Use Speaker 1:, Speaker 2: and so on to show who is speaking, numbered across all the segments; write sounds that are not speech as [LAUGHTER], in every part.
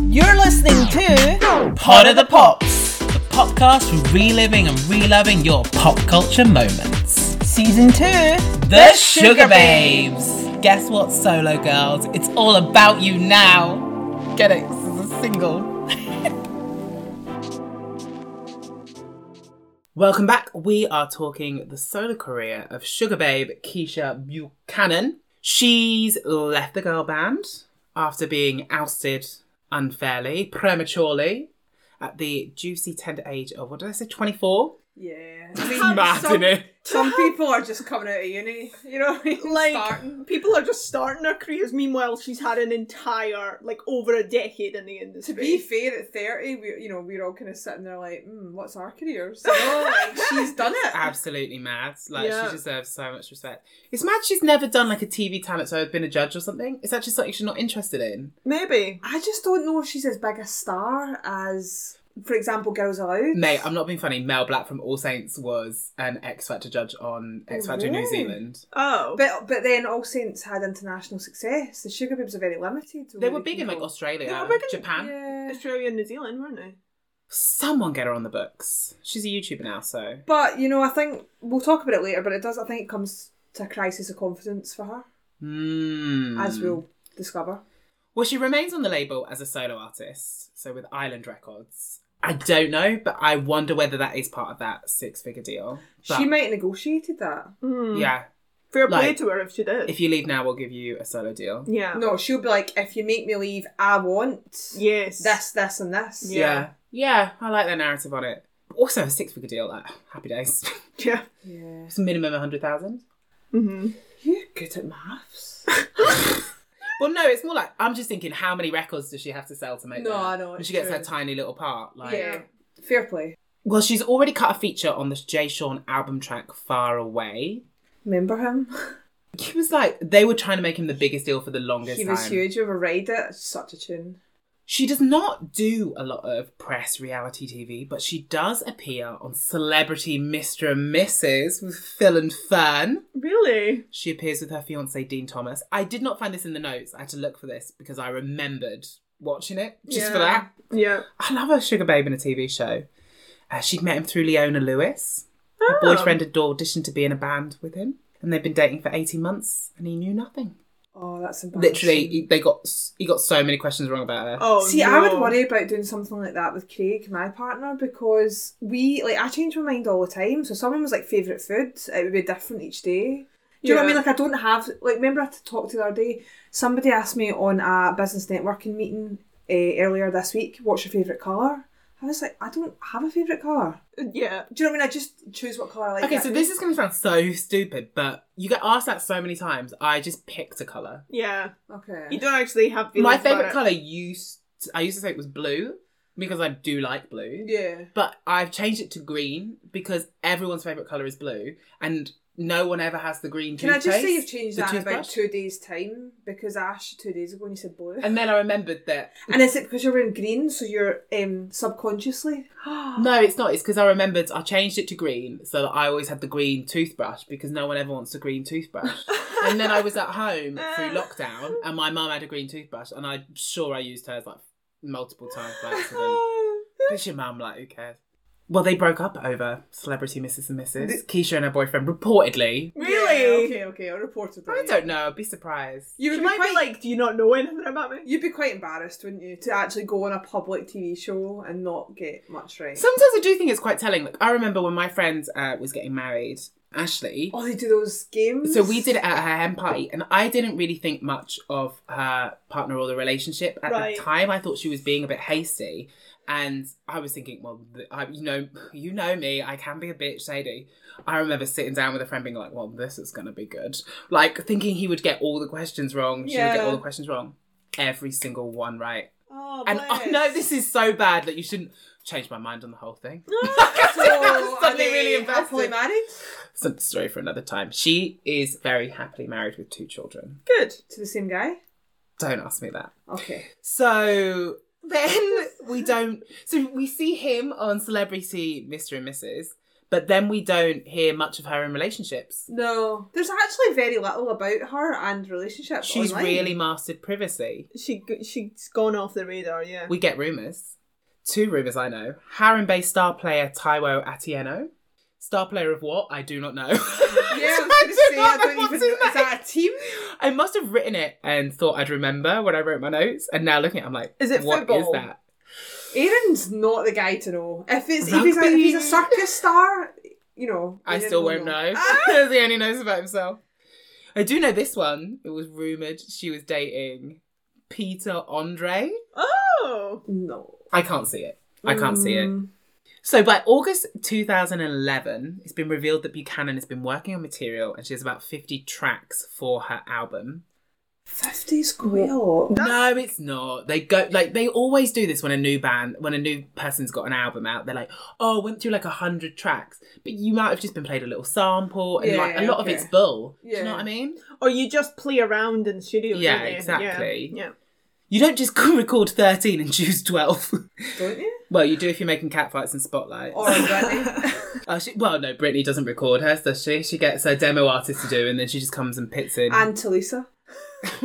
Speaker 1: You're listening to Pod of the Pops,
Speaker 2: the podcast for reliving and reloving your pop culture moments.
Speaker 1: Season 2
Speaker 2: The Sugar Babes. Guess what, solo girls? It's all about you now. Get it? 'Cause This is a single. [LAUGHS] Welcome back. We are talking the solo career of Sugar Babe Keisha Buchanan. She's left the girl band after being ousted unfairly, prematurely, at the juicy tender age of, what did I say, eh? 24?
Speaker 3: Yeah.
Speaker 2: Mad,
Speaker 3: some,
Speaker 2: innit?
Speaker 3: some people are just coming out of uni, you know, what I mean?
Speaker 4: Like-
Speaker 3: starting.
Speaker 4: People are just starting their careers. Meanwhile, she's had an entire, like, over a decade in the
Speaker 3: To
Speaker 4: industry.
Speaker 3: be fair, at thirty, we you know we're all kind of sitting there like, mm, what's our [LAUGHS] careers? You know, like, she's done it.
Speaker 2: absolutely mad. Like
Speaker 4: Yeah.
Speaker 2: she deserves so much respect. It's mad she's never done like a TV talent show, been a judge or something. It's actually something she's not interested [LAUGHS] in.
Speaker 4: Maybe.
Speaker 3: I just don't know if she's as big a star as, for example, Girls Aloud.
Speaker 2: Mate, I'm not being funny. Mel Black from All Saints was an X Factor judge on X
Speaker 3: Oh,
Speaker 2: Factor New
Speaker 3: really?
Speaker 2: Zealand.
Speaker 4: Oh.
Speaker 3: But but then All Saints had international success. The Sugar Babes are very limited.
Speaker 2: They were big in like
Speaker 3: People-
Speaker 2: Australia,
Speaker 4: They were big in-
Speaker 2: Japan.
Speaker 3: Yeah.
Speaker 4: Australia and New Zealand, weren't they?
Speaker 2: Someone get her on the books. She's a YouTuber now, so
Speaker 3: But you know, I think we'll talk about it later. But it does. I think it comes to a crisis of confidence for her,
Speaker 2: mm.
Speaker 3: as we'll discover.
Speaker 2: Well, she remains on the label as a solo artist, so with Island Records. I don't know, but I wonder whether that is part of that six-figure deal. But,
Speaker 3: she might have negotiated that.
Speaker 2: yeah.
Speaker 4: Fair play
Speaker 2: Hmm. Like,
Speaker 4: to her if she did.
Speaker 2: If you leave now, we'll give you a solo deal.
Speaker 4: yeah.
Speaker 3: No, she'll be like, if you make me leave, I want
Speaker 4: Oh. Yes.
Speaker 3: this, this, and this.
Speaker 4: Yeah.
Speaker 2: Yeah. Yeah, I like that narrative on it. Also, a six figure deal, like, happy days. [LAUGHS]
Speaker 4: Yeah.
Speaker 3: Yeah.
Speaker 2: it's minimum 100,000.
Speaker 4: Mm-hmm.
Speaker 3: You're good at maths.
Speaker 2: Well, no, it's more like, I'm just thinking, how many records does she have to sell to make
Speaker 3: No,
Speaker 2: that?
Speaker 3: I know,
Speaker 2: And
Speaker 3: it's
Speaker 2: she gets
Speaker 3: true.
Speaker 2: her tiny little part. Like,
Speaker 3: yeah. Fair play.
Speaker 2: Well, she's already cut a feature on the Jay Sean album track Far Away.
Speaker 3: Remember him?
Speaker 2: He was like, they were trying to make him the biggest deal for the longest
Speaker 3: he
Speaker 2: time.
Speaker 3: was huge. Override it. Such a tune.
Speaker 2: She does not do a lot of press reality TV, but she does appear on Celebrity Mr. and Mrs. with Phil and Fern.
Speaker 4: Really?
Speaker 2: She appears with her fiance Dean Thomas. I did not find this in the notes. I had to look for this because I remembered watching it just for
Speaker 3: Yeah.
Speaker 2: that.
Speaker 4: Yeah.
Speaker 2: I love her sugar babe in a TV show. Uh, she'd met him through Leona Lewis. Her
Speaker 4: Oh.
Speaker 2: boyfriend had auditioned to be in a band with him, and they'd been dating for eighteen months, and he knew nothing.
Speaker 3: Oh, that's embarrassing.
Speaker 2: Literally, he, they got s- he got so many questions wrong about her.
Speaker 4: Oh,
Speaker 3: See, I would
Speaker 4: no.
Speaker 3: worry about doing something like that with Craig, my partner, because we like I change my mind all the time. So someone was like favourite food, it would be different each day. Do you know what I mean?
Speaker 4: Yeah.
Speaker 3: Like I don't have like remember I had to talk to the other day. Somebody asked me on a business networking meeting uh, earlier this week, "What's your favourite colour?" I was like, "I don't have a favourite colour."
Speaker 4: Yeah.
Speaker 3: Do you know what I mean? I just choose what colour I like.
Speaker 2: Okay,
Speaker 3: that
Speaker 2: so
Speaker 3: day.
Speaker 2: this is going to sound so stupid, but you get asked that so many times. I just picked a color.
Speaker 4: Yeah.
Speaker 3: okay.
Speaker 4: You don't actually have feelings
Speaker 2: My
Speaker 4: about
Speaker 2: favorite
Speaker 4: it.
Speaker 2: color used I used to say it was blue because I do like blue.
Speaker 3: yeah,
Speaker 2: But I've changed it to green because everyone's favourite colour is blue and no one ever has the green
Speaker 3: can I just say you've
Speaker 2: toothpaste,
Speaker 3: changed
Speaker 2: the
Speaker 3: that in about
Speaker 2: toothbrush.
Speaker 3: two days' time because Ash two days ago when you said blue.
Speaker 2: And then I remembered that.
Speaker 3: And is it because you're wearing green, so you're
Speaker 2: [GASPS]
Speaker 3: um, subconsciously? [GASPS]
Speaker 2: No, it's not. It's because I remembered I changed it to green so that I always had the green toothbrush because no one ever wants a green toothbrush. and then I was at home
Speaker 3: [LAUGHS]
Speaker 2: through lockdown and my mum had a green toothbrush and I'm sure I used hers like multiple times by accident.
Speaker 3: [LAUGHS]
Speaker 4: Hmm.
Speaker 2: It's your mum, like, who cares? Well, they broke up over celebrity Mrs. and Mrs. Keisha and her boyfriend reportedly.
Speaker 4: Really?
Speaker 3: Yeah, okay, okay. I reported that.
Speaker 2: I don't know. I'd be surprised.
Speaker 3: You would
Speaker 4: She
Speaker 3: be
Speaker 4: might
Speaker 3: quite
Speaker 4: be like, do you not know anything about me?
Speaker 3: you'd be quite embarrassed, wouldn't you, to actually go on a public TV show and not get much right?
Speaker 2: Sometimes I do think it's quite telling. Like I remember when my friend uh, was getting married, Ashley.
Speaker 3: oh, they do those games.
Speaker 2: So we did it at her hen party, and I didn't really think much of her partner or the relationship at
Speaker 4: Right.
Speaker 2: the time. I thought she was being a bit hasty, and I was thinking, well, th- I, you know, you know me, I can be a bitch, Sadie. I remember sitting down with a friend, being like, "Well, this is gonna be good," like thinking he would get all the questions wrong. She would get
Speaker 4: Yeah.
Speaker 2: all the questions wrong, every single one right.
Speaker 4: Oh,
Speaker 2: And I know this is so bad that you shouldn't change my mind on the whole thing.
Speaker 3: So are
Speaker 2: Suddenly
Speaker 3: they
Speaker 2: really invested.
Speaker 3: happily married
Speaker 2: It's a story for another time. She is very happily married with two children.
Speaker 4: Good.
Speaker 3: to the same guy.
Speaker 2: Don't ask me that.
Speaker 3: Okay.
Speaker 2: So then we don't. So we see him on Celebrity Mr. and Mrs. But then we don't hear much of her in relationships.
Speaker 3: No, there's actually very little about her and relationships.
Speaker 2: She's
Speaker 3: online.
Speaker 2: really mastered privacy.
Speaker 4: She g- she's gone off the radar. Yeah.
Speaker 2: We get rumours. Two rumours I know. Harem based star player Taiwo Atieno. Star player of what? I do not know. [LAUGHS]
Speaker 3: Yeah, I was going to say I
Speaker 2: not know
Speaker 3: don't
Speaker 2: what
Speaker 3: even.
Speaker 2: to
Speaker 3: Know. Is that a team?
Speaker 2: I must have written it and thought I'd remember when I wrote my notes. And now looking at it, I'm like,
Speaker 4: Is it
Speaker 2: what
Speaker 4: football?
Speaker 2: is that?
Speaker 3: Aaron's not the guy to know. If it's if he's, a, if he's a
Speaker 2: Rugby.
Speaker 3: circus star, you know.
Speaker 2: I
Speaker 3: Aaron
Speaker 2: still
Speaker 3: will
Speaker 2: won't know.
Speaker 4: Ah!
Speaker 2: Because [LAUGHS] he only knows about himself. I do know this one. It was rumoured she was dating Peter Andre.
Speaker 4: Oh.
Speaker 3: No,
Speaker 2: I can't see it. I can't see it.
Speaker 3: Mm.
Speaker 2: So by August 2011, it's been revealed that Buchanan has been working on material and she has about 50 tracks for her album.
Speaker 3: Fifty's quite a lot.
Speaker 2: No, it's not. They go like they always do this when a new band, when a new person's got an album out. They're like, "Oh, I went through like a hundred tracks," but you might have just been played a little sample, and
Speaker 3: Yeah,
Speaker 2: like a lot
Speaker 3: okay.
Speaker 2: of it's bull. Do
Speaker 3: Yeah.
Speaker 2: you know what I mean?
Speaker 4: Or you just play around in the studio.
Speaker 2: Yeah,
Speaker 4: don't you?
Speaker 2: exactly.
Speaker 4: Yeah. yeah.
Speaker 2: You don't just [LAUGHS] record thirteen and choose twelve. [LAUGHS]
Speaker 3: Don't you?
Speaker 2: well, you do if you're making catfights and spotlights. [LAUGHS]
Speaker 3: Or Britney?
Speaker 2: Uh, she, well, no, Britney doesn't record hers, does she? She gets her demo artist to do, and then she just comes and pits in.
Speaker 3: and Talisa.
Speaker 2: [LAUGHS]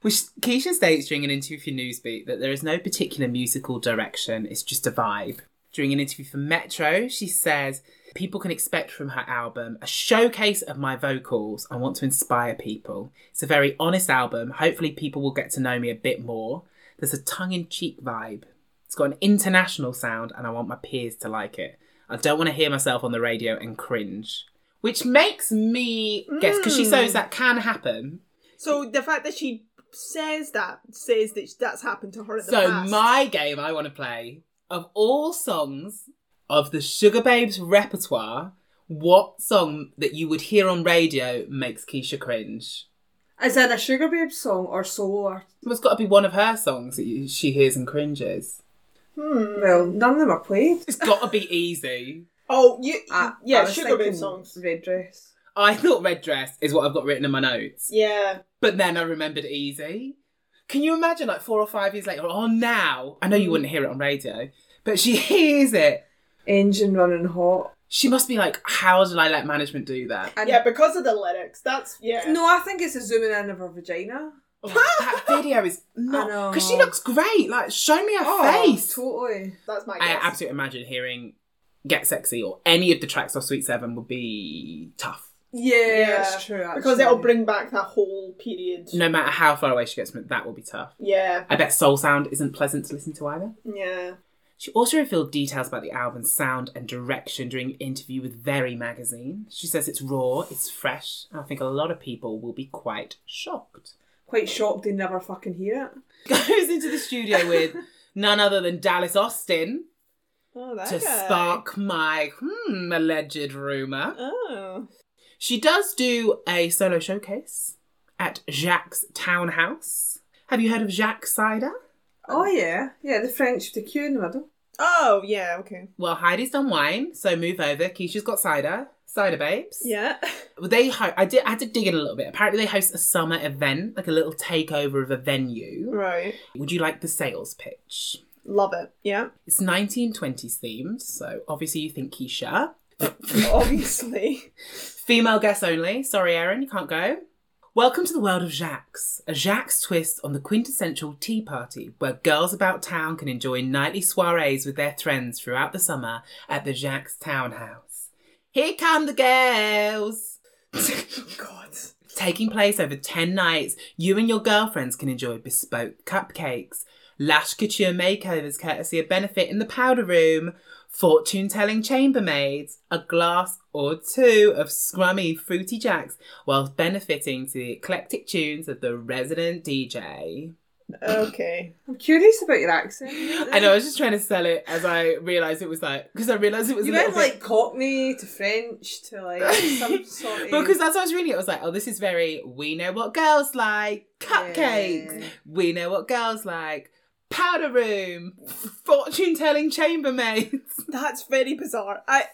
Speaker 2: Which Keisha states during an interview for Newsbeat that there is no particular musical direction, it's just a vibe. During an interview for Metro, she says, People can expect from her album a showcase of my vocals. I want to inspire people. It's a very honest album. Hopefully, people will get to know me a bit more. There's a tongue in cheek vibe. It's got an international sound, and I want my peers to like it. I don't want to hear myself on the radio and cringe. Which makes me guess, because she shows that can happen,
Speaker 4: So the fact that she says that says that that's happened to her in the
Speaker 2: So
Speaker 4: past.
Speaker 2: my game I want to play of all songs of the Sugar Babes repertoire, what song that you would hear on radio makes Keisha cringe?
Speaker 3: Is it a Sugar Babe song or solo? Or,
Speaker 2: Well, it's got to be one of her songs that you, she hears and cringes.
Speaker 3: well, none of them are played.
Speaker 2: It's got to be easy.
Speaker 4: Oh, you
Speaker 3: I- Ah, I
Speaker 4: yeah,
Speaker 3: was
Speaker 4: sugar babe
Speaker 3: thinking
Speaker 4: songs.
Speaker 3: Red dress.
Speaker 2: I thought Red Dress is what I've got written in my notes,
Speaker 4: Yeah.
Speaker 2: but then I remembered Easy. Can you imagine, like four or five years later, or now? I know
Speaker 4: Mm.
Speaker 2: you wouldn't hear it on radio, but she [LAUGHS] hears it.
Speaker 3: Engine running hot.
Speaker 2: She must be like, how did I let management do that?
Speaker 3: And
Speaker 4: Yeah, because of the lyrics. That's yeah.
Speaker 3: No, I think it's a zooming in of her vagina.
Speaker 2: Oh, [LAUGHS] that video is
Speaker 3: I know. Oh,
Speaker 2: not because she looks great. Like, show me her face.
Speaker 3: Totally.
Speaker 4: That's my
Speaker 2: I
Speaker 4: guess.
Speaker 2: absolutely imagine hearing "Get Sexy" or any of the tracks off Sweet Seven would be tough.
Speaker 3: Yeah,
Speaker 4: Yeah,
Speaker 3: it's true. Actually.
Speaker 4: because it'll bring back that whole period.
Speaker 2: No matter how far away she gets from it, that will be tough.
Speaker 4: Yeah,
Speaker 2: I bet Soul Sound isn't pleasant to listen to either.
Speaker 4: yeah.
Speaker 2: She also revealed details about the album's sound and direction during an interview with Very magazine. She says it's raw, it's fresh, and I think a lot of people will be quite shocked. [LAUGHS]
Speaker 3: quite shocked they never fucking hear it.
Speaker 2: Goes into the studio with none other than Dallas Austin.
Speaker 4: Oh, that
Speaker 2: to spark my hmm, alleged rumor.
Speaker 4: Oh,
Speaker 2: She does do a solo showcase at Jacques Townhouse. Have you heard of Jacques Cider?
Speaker 3: Oh yeah, yeah. The French with the Q in the middle.
Speaker 4: oh, yeah. Okay.
Speaker 2: Well, Heidi's done wine, so move over. Keisha's got cider, cider babes.
Speaker 4: Yeah.
Speaker 2: They, ho- I did, I had to dig in a little bit. Apparently, they host a summer event, like a little takeover of a venue.
Speaker 4: [LAUGHS] Right.
Speaker 2: Would you like the sales pitch?
Speaker 4: Love it.
Speaker 2: [LAUGHS]
Speaker 4: Yeah.
Speaker 2: It's 1920s themed, so obviously you think Keisha.
Speaker 4: Obviously.
Speaker 2: Female guests only. Sorry, Erin, you can't go. Welcome to the world of Jacques, a Jacques twist on the quintessential tea party where girls about town can enjoy nightly soirees with their friends throughout the summer at the Jacques Townhouse. Here come the girls!
Speaker 4: God.
Speaker 2: Taking place over 10 nights, you and your girlfriends can enjoy bespoke cupcakes, lash couture makeovers courtesy of Benefit in the powder room, fortune telling chambermaids, a glass or two of scrummy fruity jacks, whilst benefiting to the eclectic tunes of the resident DJ.
Speaker 4: Okay.
Speaker 3: I'm curious about your accent.
Speaker 2: And I was just trying to sell it as I realised it was like, because I realised it was
Speaker 3: You
Speaker 2: a
Speaker 3: went
Speaker 2: little bit-
Speaker 3: like Cockney to French to like
Speaker 4: [LAUGHS]
Speaker 3: some sort of.
Speaker 2: Well, because that's what I was reading. It I was like, oh, this is very, we know what girls like cupcakes.
Speaker 3: Yeah.
Speaker 2: We know what girls like powder room, fortune telling chambermaids.
Speaker 4: That's very bizarre. I. I-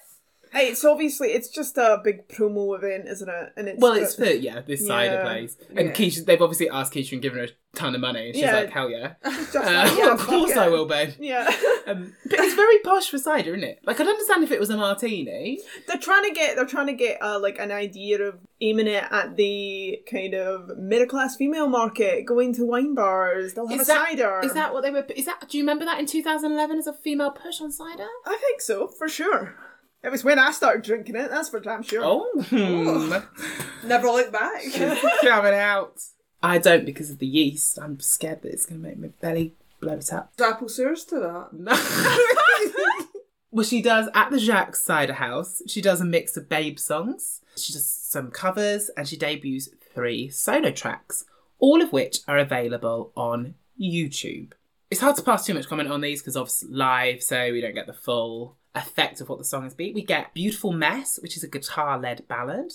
Speaker 4: It's obviously it's just a big promo event, isn't it? And it's
Speaker 2: Well, it's
Speaker 4: got-
Speaker 2: for, yeah, this side of
Speaker 4: Yeah.
Speaker 2: place. And
Speaker 3: Yeah.
Speaker 2: Keisha, they've obviously asked Keisha and given her ton of money. And she's
Speaker 4: Yeah.
Speaker 2: like, hell yeah.
Speaker 4: Just like,
Speaker 2: [LAUGHS] Uh,
Speaker 4: yeah,
Speaker 2: of
Speaker 4: fuck
Speaker 2: course
Speaker 4: it.
Speaker 2: I will, babe.
Speaker 4: Yeah. [LAUGHS]
Speaker 2: Um, but it's very posh for cider, isn't it? Like, I'd understand if it was a martini.
Speaker 4: they're trying to get they're trying to get uh, like an idea of aiming it at the kind of middle class female market, going to wine bars. They'll have
Speaker 2: Is
Speaker 4: a
Speaker 2: that-
Speaker 4: cider.
Speaker 2: Is that what they were? Is that? Do you remember that in 2011 as a female push on cider?
Speaker 4: I think so for sure. It was when I started drinking it. That's for damn sure.
Speaker 2: Oh,
Speaker 4: [LAUGHS]
Speaker 2: coming
Speaker 3: Never look back.
Speaker 2: out. I don't because of the yeast. I'm scared that it's going to make my belly bloat up.
Speaker 3: Apple sewers to that.
Speaker 2: [LAUGHS] well, she does at the Jacques Cider House. She does a mix of babe songs. She does some covers, and she debuts three solo tracks, all of which are available on YouTube. It's hard to pass too much comment on these because obviously live, so we don't get the full effect of what the song has been. We get "Beautiful Mess," which is a guitar-led ballad.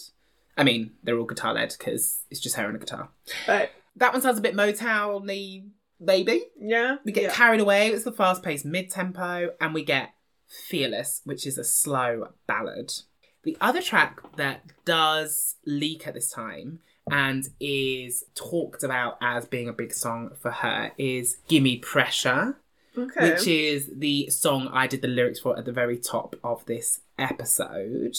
Speaker 2: I mean, they're all guitar-led because it's just her and a guitar.
Speaker 4: But
Speaker 2: That one sounds a bit Motown-y, maybe.
Speaker 4: yeah,
Speaker 2: We get
Speaker 4: yeah.
Speaker 2: carried away. It's the fast paced mid tempo, and we get fearless, which is a slow ballad. The other track that does leak at this time and is talked about as being a big song for her is "Gimme Pressure,"
Speaker 4: okay.
Speaker 2: which is the song I did the lyrics for at the very top of this episode.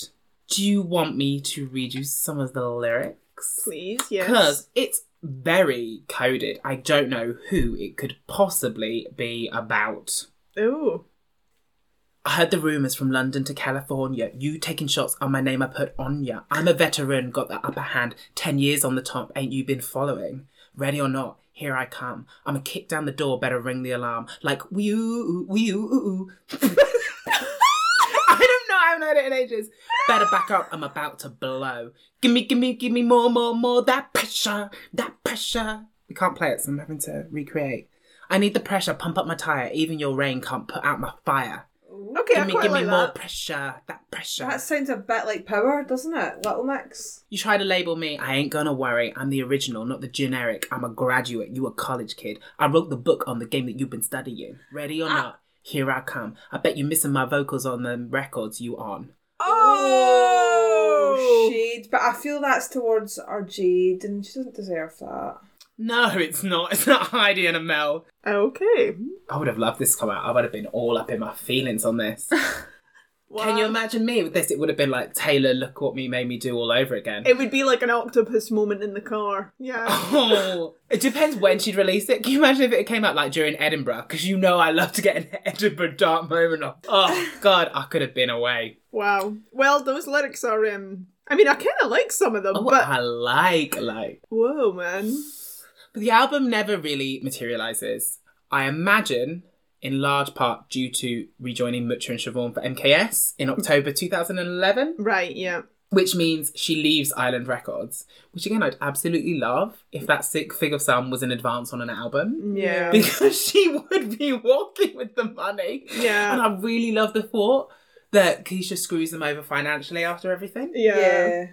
Speaker 2: Do you want me to read you some of the lyrics?
Speaker 4: Please, yes.
Speaker 2: because it's very coded. I don't know who it could possibly be about.
Speaker 4: Oh,
Speaker 2: I heard the rumors from London to California. You taking shots on my name, I put on ya. I'm a veteran, got the upper hand. Ten years on the top, ain't you been following? Ready or not, here I come. I'm a kick down the door, better ring the alarm. Like, wee oo, wee oo, oo. [LAUGHS] I don't know, I haven't heard it in ages. Better back up, I'm about to blow. Gimme, gimme, gimme more, more, more. That pressure, that pressure. We can't play it, so I'm having to recreate. I need the pressure, pump up my tire. Even your rain can't put out my fire.
Speaker 4: okay. I
Speaker 2: Give me,
Speaker 4: quite
Speaker 2: give
Speaker 4: like
Speaker 2: me more
Speaker 4: that.
Speaker 2: pressure. That pressure.
Speaker 3: That sounds a bit like power, doesn't it? Little Mix.
Speaker 2: You try to label me, I ain't gonna worry. I'm the original, not the generic. I'm a graduate, you a college kid. I wrote the book on the game that you've been studying. Ready or not, here I come. I bet you're missing my vocals on the records you on.
Speaker 3: Oh,
Speaker 4: Oh,
Speaker 3: shade. But I feel that's towards our Jade, and she doesn't deserve that.
Speaker 2: No, it's not. It's not Heidi and Amel.
Speaker 4: okay.
Speaker 2: I would have loved this to come out. I would have been all up in my feelings on [LAUGHS] this. Can you
Speaker 4: Wow.
Speaker 2: imagine me with this? It would have been like Taylor, look what me made me do all over again.
Speaker 4: It would be like an octopus moment in the car.
Speaker 2: [LAUGHS]
Speaker 4: Yeah.
Speaker 2: Oh, it depends when she'd release it. Can you imagine if it came out like during Edinburgh? Because you know I love to get an [LAUGHS] Edinburgh dark moment. Of, oh God, I could have been away.
Speaker 4: Wow. Well, those lyrics are. Um. I mean, I kind of like some of them,
Speaker 2: Oh,
Speaker 4: but
Speaker 2: I like like.
Speaker 4: whoa, man.
Speaker 2: But the album never really materializes. I imagine, in large part due to rejoining Mucha and Siobhan for MKS in October 2011.
Speaker 4: Right. Yeah.
Speaker 2: which means she leaves Island Records, which again I'd absolutely love if that sick fig of Sam was in advance on an album.
Speaker 4: Yeah.
Speaker 2: Because [LAUGHS] she would be walking with the money.
Speaker 4: Yeah.
Speaker 2: And I really love the thought that Keisha screws them over financially after everything.
Speaker 4: Yeah.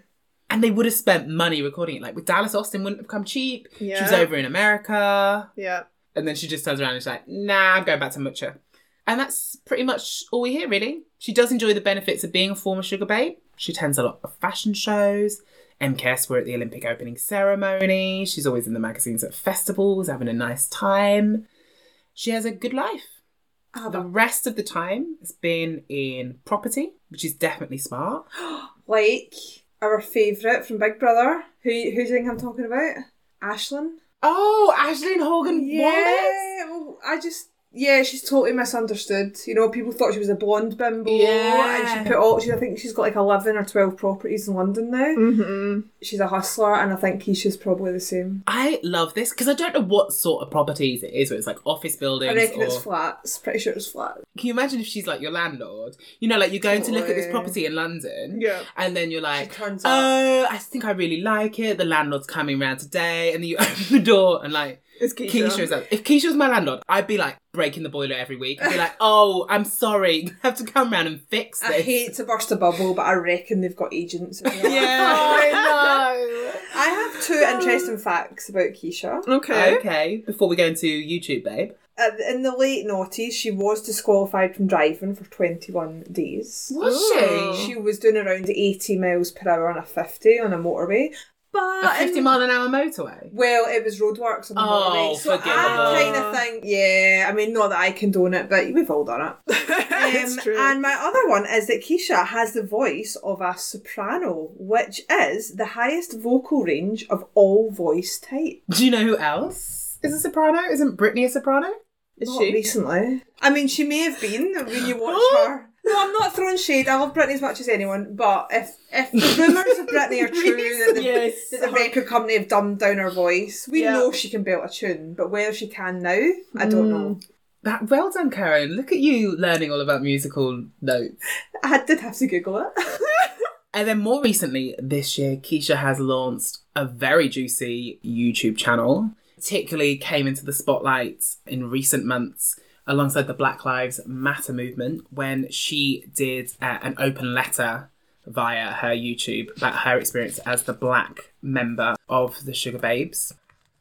Speaker 2: And they would have spent money recording it. Like with Dallas Austin wouldn't have come cheap. She was
Speaker 4: Yeah.
Speaker 2: over in America.
Speaker 4: Yeah.
Speaker 2: And then she just turns around and she's like, nah, I'm going back to Mucha. And that's pretty much all we hear, really. She does enjoy the benefits of being a former sugar babe. She attends a lot of fashion shows. MKS were at the Olympic opening ceremony. She's always in the magazines at festivals, having a nice time. She has a good life.
Speaker 3: I have
Speaker 2: The
Speaker 3: a
Speaker 2: rest of the time has been in property, which is definitely smart.
Speaker 3: like our favourite from Big Brother. Who who do you think I'm talking about? Ashlyn.
Speaker 2: Oh, Ashleen Hogan Wallace.
Speaker 3: Yeah. Well, I just yeah, she's totally misunderstood. You know, people thought she was a blonde bimbo,
Speaker 2: Yeah.
Speaker 3: and she put all. She, I think she's got like eleven or twelve properties in London now.
Speaker 4: hmm
Speaker 3: She's a hustler, and I think Keisha's probably the same.
Speaker 2: I love this because I don't know what sort of properties it is, where it's like office buildings.
Speaker 3: I reckon
Speaker 2: or...
Speaker 3: it's flats. Pretty sure it's flats.
Speaker 2: Can you imagine if she's like your landlord? You know, like you're going to look at this
Speaker 3: Totally.
Speaker 2: property in London.
Speaker 4: Yeah.
Speaker 2: And then you're like,
Speaker 3: turns
Speaker 2: oh, I think I really like it. The landlord's coming round today. And then you [LAUGHS] open the door and like,
Speaker 4: It's Keisha.
Speaker 2: Keisha is like, if Keisha was my landlord, I'd be like breaking the boiler every week. I'd be like, oh, I'm sorry. [LAUGHS] You have to come round and fix this.
Speaker 3: I hate to burst a bubble, but I reckon they've got agents.
Speaker 2: [LAUGHS] Yeah, Oh,
Speaker 4: [LAUGHS]
Speaker 2: I
Speaker 3: I have two interesting facts about Keisha.
Speaker 4: [LAUGHS]
Speaker 2: know.
Speaker 4: Okay.
Speaker 2: okay, before we go into YouTube, babe.
Speaker 3: At- In the late noughties, she was disqualified from driving for 21 days.
Speaker 2: Was
Speaker 4: Ooh.
Speaker 2: she?
Speaker 3: She was doing around 80 miles per hour on a 50 on a motorway.
Speaker 2: A
Speaker 3: But
Speaker 2: 50 mile an hour motorway.
Speaker 3: Well, it was roadworks on the
Speaker 2: Oh,
Speaker 3: motorway, so I
Speaker 2: forgivable.
Speaker 3: kind of think, yeah. I mean, not that I condone it, but we've all done
Speaker 4: [LAUGHS]
Speaker 3: it.
Speaker 4: it's
Speaker 3: Um,
Speaker 4: true.
Speaker 3: And my other one is that Keisha has the voice of a soprano, which is the highest vocal range of all voice types.
Speaker 2: Do you know who else is a soprano? Isn't Britney a soprano?
Speaker 4: Is
Speaker 3: Not
Speaker 4: she?
Speaker 3: recently. I mean, she may have been when you watch her. No, I'm not throwing shade. I love Britney as much as anyone, but if if the rumours of Britney are true that
Speaker 2: [LAUGHS]
Speaker 3: the,
Speaker 2: Yes.
Speaker 3: that the record company have dumbed down her voice, we
Speaker 4: Yeah. Hmm.
Speaker 3: know she can belt a tune, but whether she can now, I don't know.
Speaker 2: That, well done, Karen. Look at you learning all about musical notes.
Speaker 3: I did have to Google it.
Speaker 2: And then more recently this year, Keisha has launched a very juicy YouTube channel, particularly came into the spotlight in recent months alongside the Black Lives Matter movement when she did uh, an open letter via her YouTube about her experience as the black member of the Sugar Babes.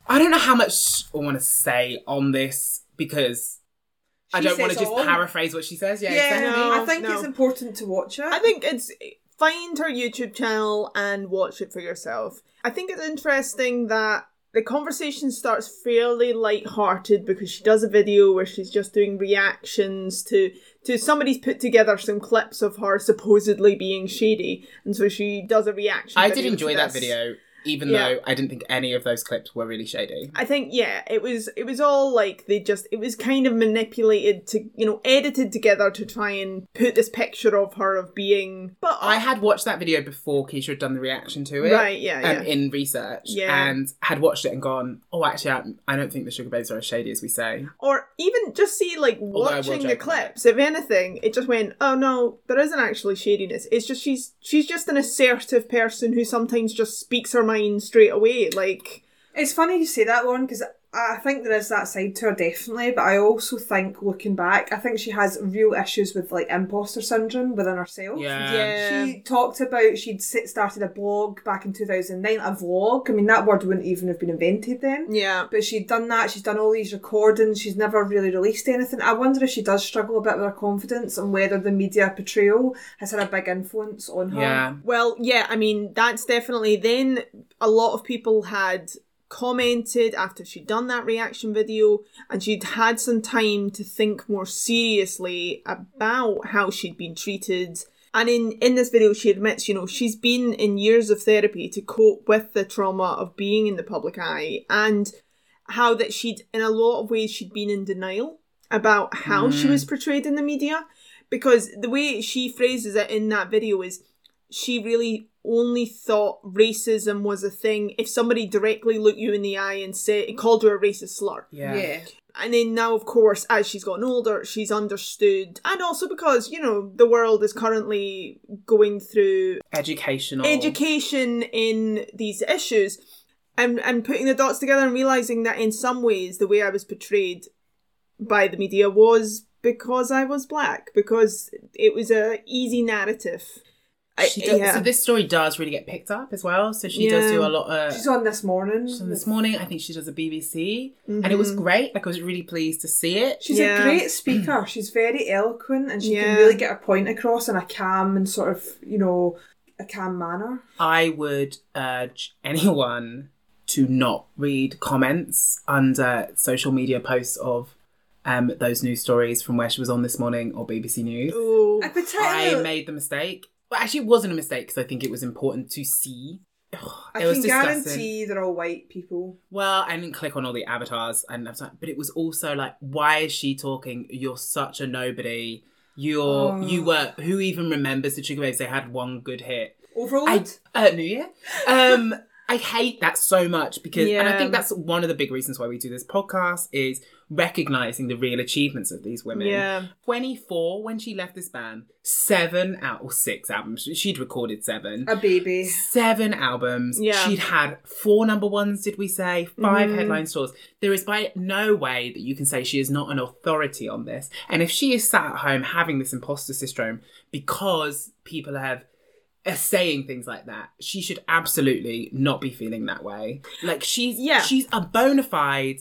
Speaker 2: I don't know how much I want to say on this because [LAUGHS] I
Speaker 3: She
Speaker 2: don't want to
Speaker 3: says
Speaker 2: just
Speaker 3: all.
Speaker 2: paraphrase what she says. Yeah,
Speaker 3: Yeah,
Speaker 2: exactly.
Speaker 4: No,
Speaker 3: I think
Speaker 4: no.
Speaker 3: it's important to watch it.
Speaker 4: I think it's find her YouTube channel and watch it for yourself. I think it's interesting that the conversation starts fairly light-hearted because she does a video where she's just doing reactions to to somebody's put together some clips of her supposedly being shady, and so she does a reaction.
Speaker 2: I did
Speaker 4: video to
Speaker 2: enjoy that
Speaker 4: this.
Speaker 2: video, even
Speaker 4: Yeah.
Speaker 2: though I didn't think any of those clips were really shady.
Speaker 4: I think yeah, it was it was all like they just it was kind of manipulated to you know edited together to try and put this picture of her of being but
Speaker 2: I had watched that video before Keisha had done the reaction to it.
Speaker 4: right yeah yeah
Speaker 2: Um, in research,
Speaker 4: Yeah.
Speaker 2: and had watched it and gone, "Oh, actually, I, I don't think the sugar babes are as shady as we say."
Speaker 4: or even just see like
Speaker 2: Although I will
Speaker 4: watching the
Speaker 2: joke about it.
Speaker 4: clips if anything it just went oh no there isn't actually shadiness it's just she's she's just an assertive person who sometimes just speaks her mind straight away like
Speaker 3: It's funny you say that, Lauren, because I think there is that side to her definitely, but I also think looking back, I think she has real issues with like imposter syndrome within herself.
Speaker 2: Yeah.
Speaker 4: Oh, Yeah.
Speaker 3: She talked about she'd s- started a blog back in 2009, a vlog. I mean, that word wouldn't even have been invented then.
Speaker 4: yeah
Speaker 3: But she'd done that, she's done all these recordings, she's never really released anything. I wonder if she does struggle a bit with her confidence and whether the media portrayal has had a big influence on her.
Speaker 2: Yeah,
Speaker 4: Well, yeah, I mean, that's definitely then a lot of people had commented after she'd done that reaction video and she'd had some time to think more seriously about how she'd been treated. And in, in this video, she admits, you know, she's been in years of therapy to cope with the trauma of being in the public eye and how that she'd, in a lot of ways, she'd been in denial about how she was portrayed in the media. Because the way she phrases it in that video is she really only thought racism was a thing if somebody directly looked you in the eye and said and called her a racist slur.
Speaker 2: yeah,
Speaker 3: yeah.
Speaker 4: And then now, of course, as she's gotten older, she's understood, and also because you know the world is currently going through
Speaker 2: Educational.
Speaker 4: education in these issues, and and putting the dots together and realizing that in some ways the way I was portrayed by the media was because I was black, because it was a easy narrative. I-
Speaker 2: She does,
Speaker 4: yeah.
Speaker 2: So this story does really get picked up as well. So she does
Speaker 4: Yeah.
Speaker 2: do a lot of.
Speaker 3: She's on this morning.
Speaker 2: she's on this morning, I think she does a BBC, and it was
Speaker 4: Mm-hmm.
Speaker 2: great. Like I was really pleased to see it.
Speaker 3: She's
Speaker 4: Yeah.
Speaker 3: a great speaker. She's very eloquent and she
Speaker 4: Yeah.
Speaker 3: can really get her point across in a calm and sort of, you know, a calm manner.
Speaker 2: I would urge anyone to not read comments under social media posts of um, those news stories from where she was on this morning or BBC News.
Speaker 4: Oh.
Speaker 3: I particularly, [LAUGHS]
Speaker 2: I
Speaker 3: I,
Speaker 2: made the mistake. Well, actually, it wasn't a mistake because I think it was important to see. Ugh, it was
Speaker 3: can
Speaker 2: disgusting.
Speaker 3: guarantee they're all white people.
Speaker 2: Well, I didn't click on all the avatars and stuff, but it was also like, why is she talking? You're such a nobody.
Speaker 3: Oh.
Speaker 2: You're you were who even remembers the Sugar Babes? They had one good hit.
Speaker 3: Overall,
Speaker 2: I uh, New Year. Um, I hate that so much because, and I
Speaker 4: Yeah.
Speaker 2: think that's one of the big reasons why we do this podcast is recognizing the real achievements of these women.
Speaker 4: Yeah.
Speaker 2: 24 when she left this band, seven out or six albums. She'd recorded seven.
Speaker 3: a baby.
Speaker 2: Seven albums.
Speaker 4: Yeah. Mm-hmm.
Speaker 2: She'd had four number ones, did we say? Five headline stores. There is by no way that you can say she is not an authority on this. And if she is sat at home having this imposter syndrome because people have are saying things like that, she should absolutely not be feeling that way. Like she's
Speaker 4: Yeah.
Speaker 2: she's a bona fide,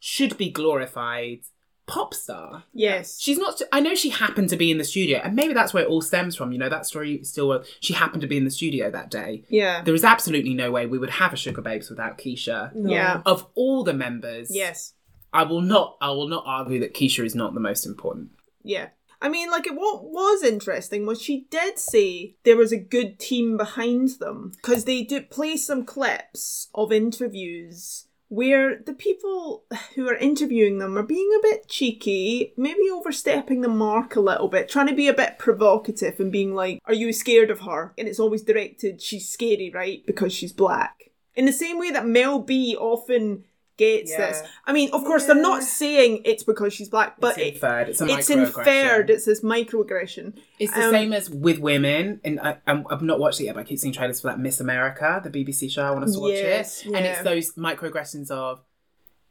Speaker 2: should be glorified pop star.
Speaker 4: Yes.
Speaker 2: She's not. I know she happened to be in the studio, and maybe that's where it all stems from. You know, that story still. She happened to be in the studio that day.
Speaker 4: yeah.
Speaker 2: There is absolutely no way we would have a Sugar Babes without Keisha.
Speaker 3: No.
Speaker 4: Yeah.
Speaker 2: Of all the members,
Speaker 4: Yes.
Speaker 2: I will not. I will not argue that Keisha is not the most important.
Speaker 4: Yeah. I mean, like, it, what was interesting was she did say there was a good team behind them because they do play some clips of interviews where the people who are interviewing them are being a bit cheeky, maybe overstepping the mark a little bit, trying to be a bit provocative and being like, Are you scared of her? And it's always directed, She's scary, right? Because she's black. In the same way that Mel B often gets this.
Speaker 2: Yeah.
Speaker 4: I mean, of course, they're not saying it's because she's black, but
Speaker 2: it's
Speaker 4: it,
Speaker 2: inferred. It's a
Speaker 4: it's
Speaker 2: microaggression.
Speaker 4: inferred. It's this microaggression.
Speaker 2: It's the
Speaker 4: Um,
Speaker 2: same as with women, and I, I'm, I've not watched it yet, but I keep seeing trailers for that Miss America, the BBC show. I want us to watch
Speaker 4: Yes,
Speaker 2: it, and it's
Speaker 4: yeah.
Speaker 2: those microaggressions of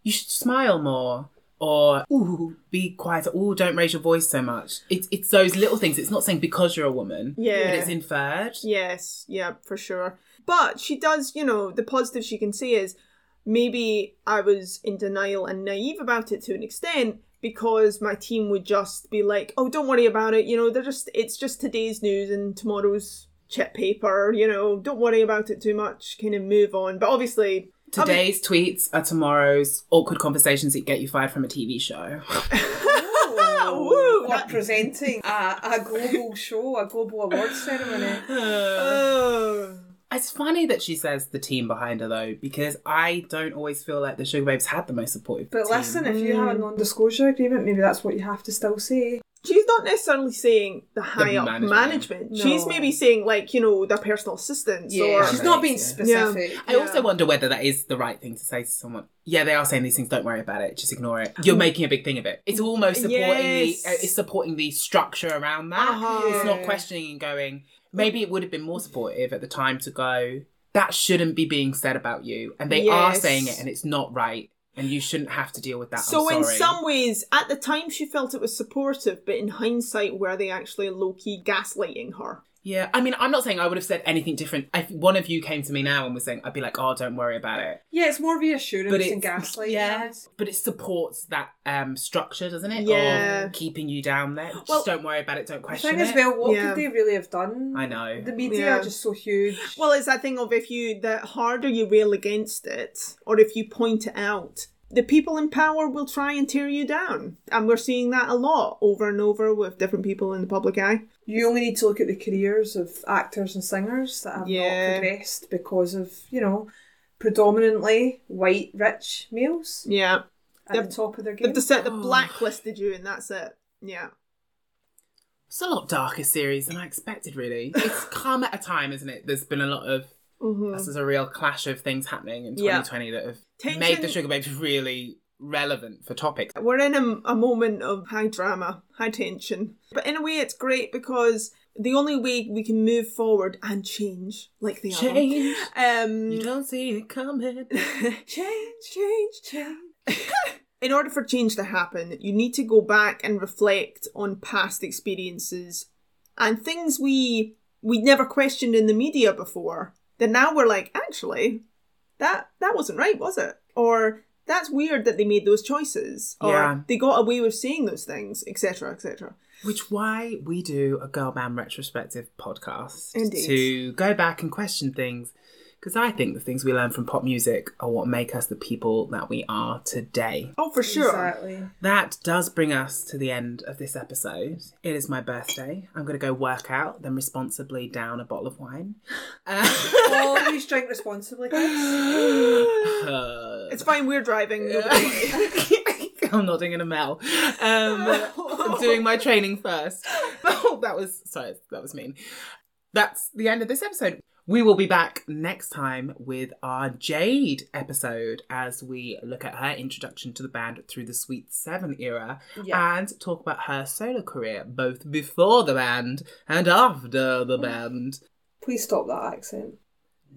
Speaker 2: you should smile more, or ooh, be quieter, ooh, don't raise your voice so much. It's it's those little things. It's not saying because you're a woman,
Speaker 4: Yeah.
Speaker 2: but it's inferred.
Speaker 4: Yes, yeah, for sure. But she does, you know, the positive she can say is maybe I was in denial and naive about it to an extent because my team would just be like, "Oh, don't worry about it. You know, they're just it's just today's news and tomorrow's chip paper. You know, don't worry about it too much. Kind of move on." But
Speaker 2: [LAUGHS]
Speaker 4: obviously, [LAUGHS] I mean-
Speaker 2: Today's tweets are tomorrow's awkward conversations that get you fired from a TV show.
Speaker 4: [LAUGHS]
Speaker 2: Ah,
Speaker 4: Woo, that-
Speaker 3: Representing a, a global show, a global awards ceremony.
Speaker 4: Oh.
Speaker 2: It's funny that she says the team behind her though, because I don't always feel like the Sugar Babes had the most supportive.
Speaker 3: But
Speaker 2: team.
Speaker 3: listen, if you have a non-disclosure agreement, maybe that's what you have to still say.
Speaker 4: she's not necessarily saying the high up management.
Speaker 2: management.
Speaker 4: She's
Speaker 3: No.
Speaker 4: maybe saying like you know their personal assistants
Speaker 3: Yeah,
Speaker 4: or
Speaker 3: she's not being
Speaker 2: Yeah.
Speaker 3: specific.
Speaker 2: I also wonder whether that is the right thing to say to someone. Yeah, they are saying these things. Don't worry about it. Just ignore it. You're making a big thing of it. It's almost supporting
Speaker 4: Um, Yes.
Speaker 2: the. Uh, it's supporting the structure around that.
Speaker 4: Uh-huh.
Speaker 2: It's not
Speaker 3: Yeah.
Speaker 2: questioning and going. Maybe it would have been more supportive at the time to go. That shouldn't be being said about you, and they are
Speaker 4: Yes.
Speaker 2: saying it, and it's not right, and you shouldn't have to deal with that.
Speaker 4: So
Speaker 2: I'm
Speaker 4: in
Speaker 2: sorry.
Speaker 4: some ways, at the time she felt it was supportive, but in hindsight, were they actually low key gaslighting her?
Speaker 2: Yeah, I mean, I'm not saying I would have said anything different. If one of you came to me now and was saying, I'd be like, oh, don't worry about it.
Speaker 3: Yeah, it's more reassurance
Speaker 2: But
Speaker 3: and
Speaker 2: it's-
Speaker 3: gaslighting.
Speaker 2: yeah. But it supports that um, structure, doesn't it?
Speaker 4: Yeah.
Speaker 2: Of keeping you down there. Just
Speaker 4: Well,
Speaker 2: don't worry about it, don't
Speaker 3: I
Speaker 2: question
Speaker 3: think
Speaker 2: it.
Speaker 3: as well, what
Speaker 4: Yeah.
Speaker 3: could they really have done?
Speaker 2: I know.
Speaker 3: The media
Speaker 4: Yeah.
Speaker 3: are just so huge.
Speaker 4: Well, it's that thing of if you the harder you rail against it, or if you point it out, the people in power will try and tear you down, and we're seeing that a lot over and over with different people in the public eye.
Speaker 3: you only need to look at the careers of actors and singers that have
Speaker 4: Yeah.
Speaker 3: not progressed because of you know predominantly white rich males
Speaker 4: Yeah,
Speaker 3: at the
Speaker 4: They've-
Speaker 3: top of their game.
Speaker 4: they've decided to blacklisted you, and that's it. Yeah.
Speaker 2: It's a lot darker series than I expected, really.
Speaker 4: [LAUGHS]
Speaker 2: It's come at a time, isn't it? There's been a lot of. This is a real clash of things happening in
Speaker 4: Mm-hmm. Yeah.
Speaker 2: 2020 that have
Speaker 4: Tension-
Speaker 2: made the Sugar Babes really relevant for topics.
Speaker 4: we're in a, a moment of high drama, high tension. But in a way, it's great because the only way we can move forward and change, like they
Speaker 2: Change.
Speaker 4: are, um,
Speaker 2: You don't see
Speaker 4: [LAUGHS]
Speaker 2: it coming.
Speaker 4: change, change, change. in order for change to happen, you need to go back and reflect on past experiences and things we we never questioned in the media before. Then now we're like, actually, that that wasn't right, was it? Or that's weird that they made those choices, or
Speaker 2: Yeah.
Speaker 4: they got away with saying those things, etc., etc.
Speaker 2: Which why we do a girl band retrospective podcast
Speaker 4: Indeed.
Speaker 2: to go back and question things because I think the things we learn from pop music are what make us the people that we are today.
Speaker 4: Oh, for sure.
Speaker 3: Exactly.
Speaker 2: That does bring us to the end of this episode. It is my birthday. I'm going to go work out, then responsibly down a bottle of wine. [LAUGHS]
Speaker 3: [LAUGHS]
Speaker 2: [SIGHS]
Speaker 3: Always drink responsibly. kids.
Speaker 2: Uh,
Speaker 4: It's fine. We're driving. [LAUGHS] nobody-
Speaker 2: [LAUGHS] I'm nodding in a mel. Um, I'm doing my training first. [LAUGHS] Oh, that was sorry, that was mean. That's the end of this episode. We will be back next time with our Jade episode as we look at her introduction to the band through the Sweet Seven era
Speaker 3: Yeah.
Speaker 2: and talk about her solo career both before the band and after the band.
Speaker 3: Please stop that accent.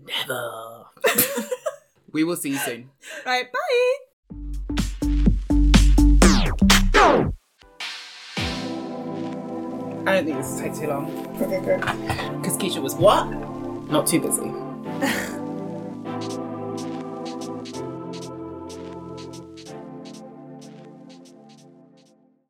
Speaker 2: Never. we will see you soon.
Speaker 4: right. Bye.
Speaker 2: I [LAUGHS] don't think this will take too long. Because Keisha was what? Not too busy.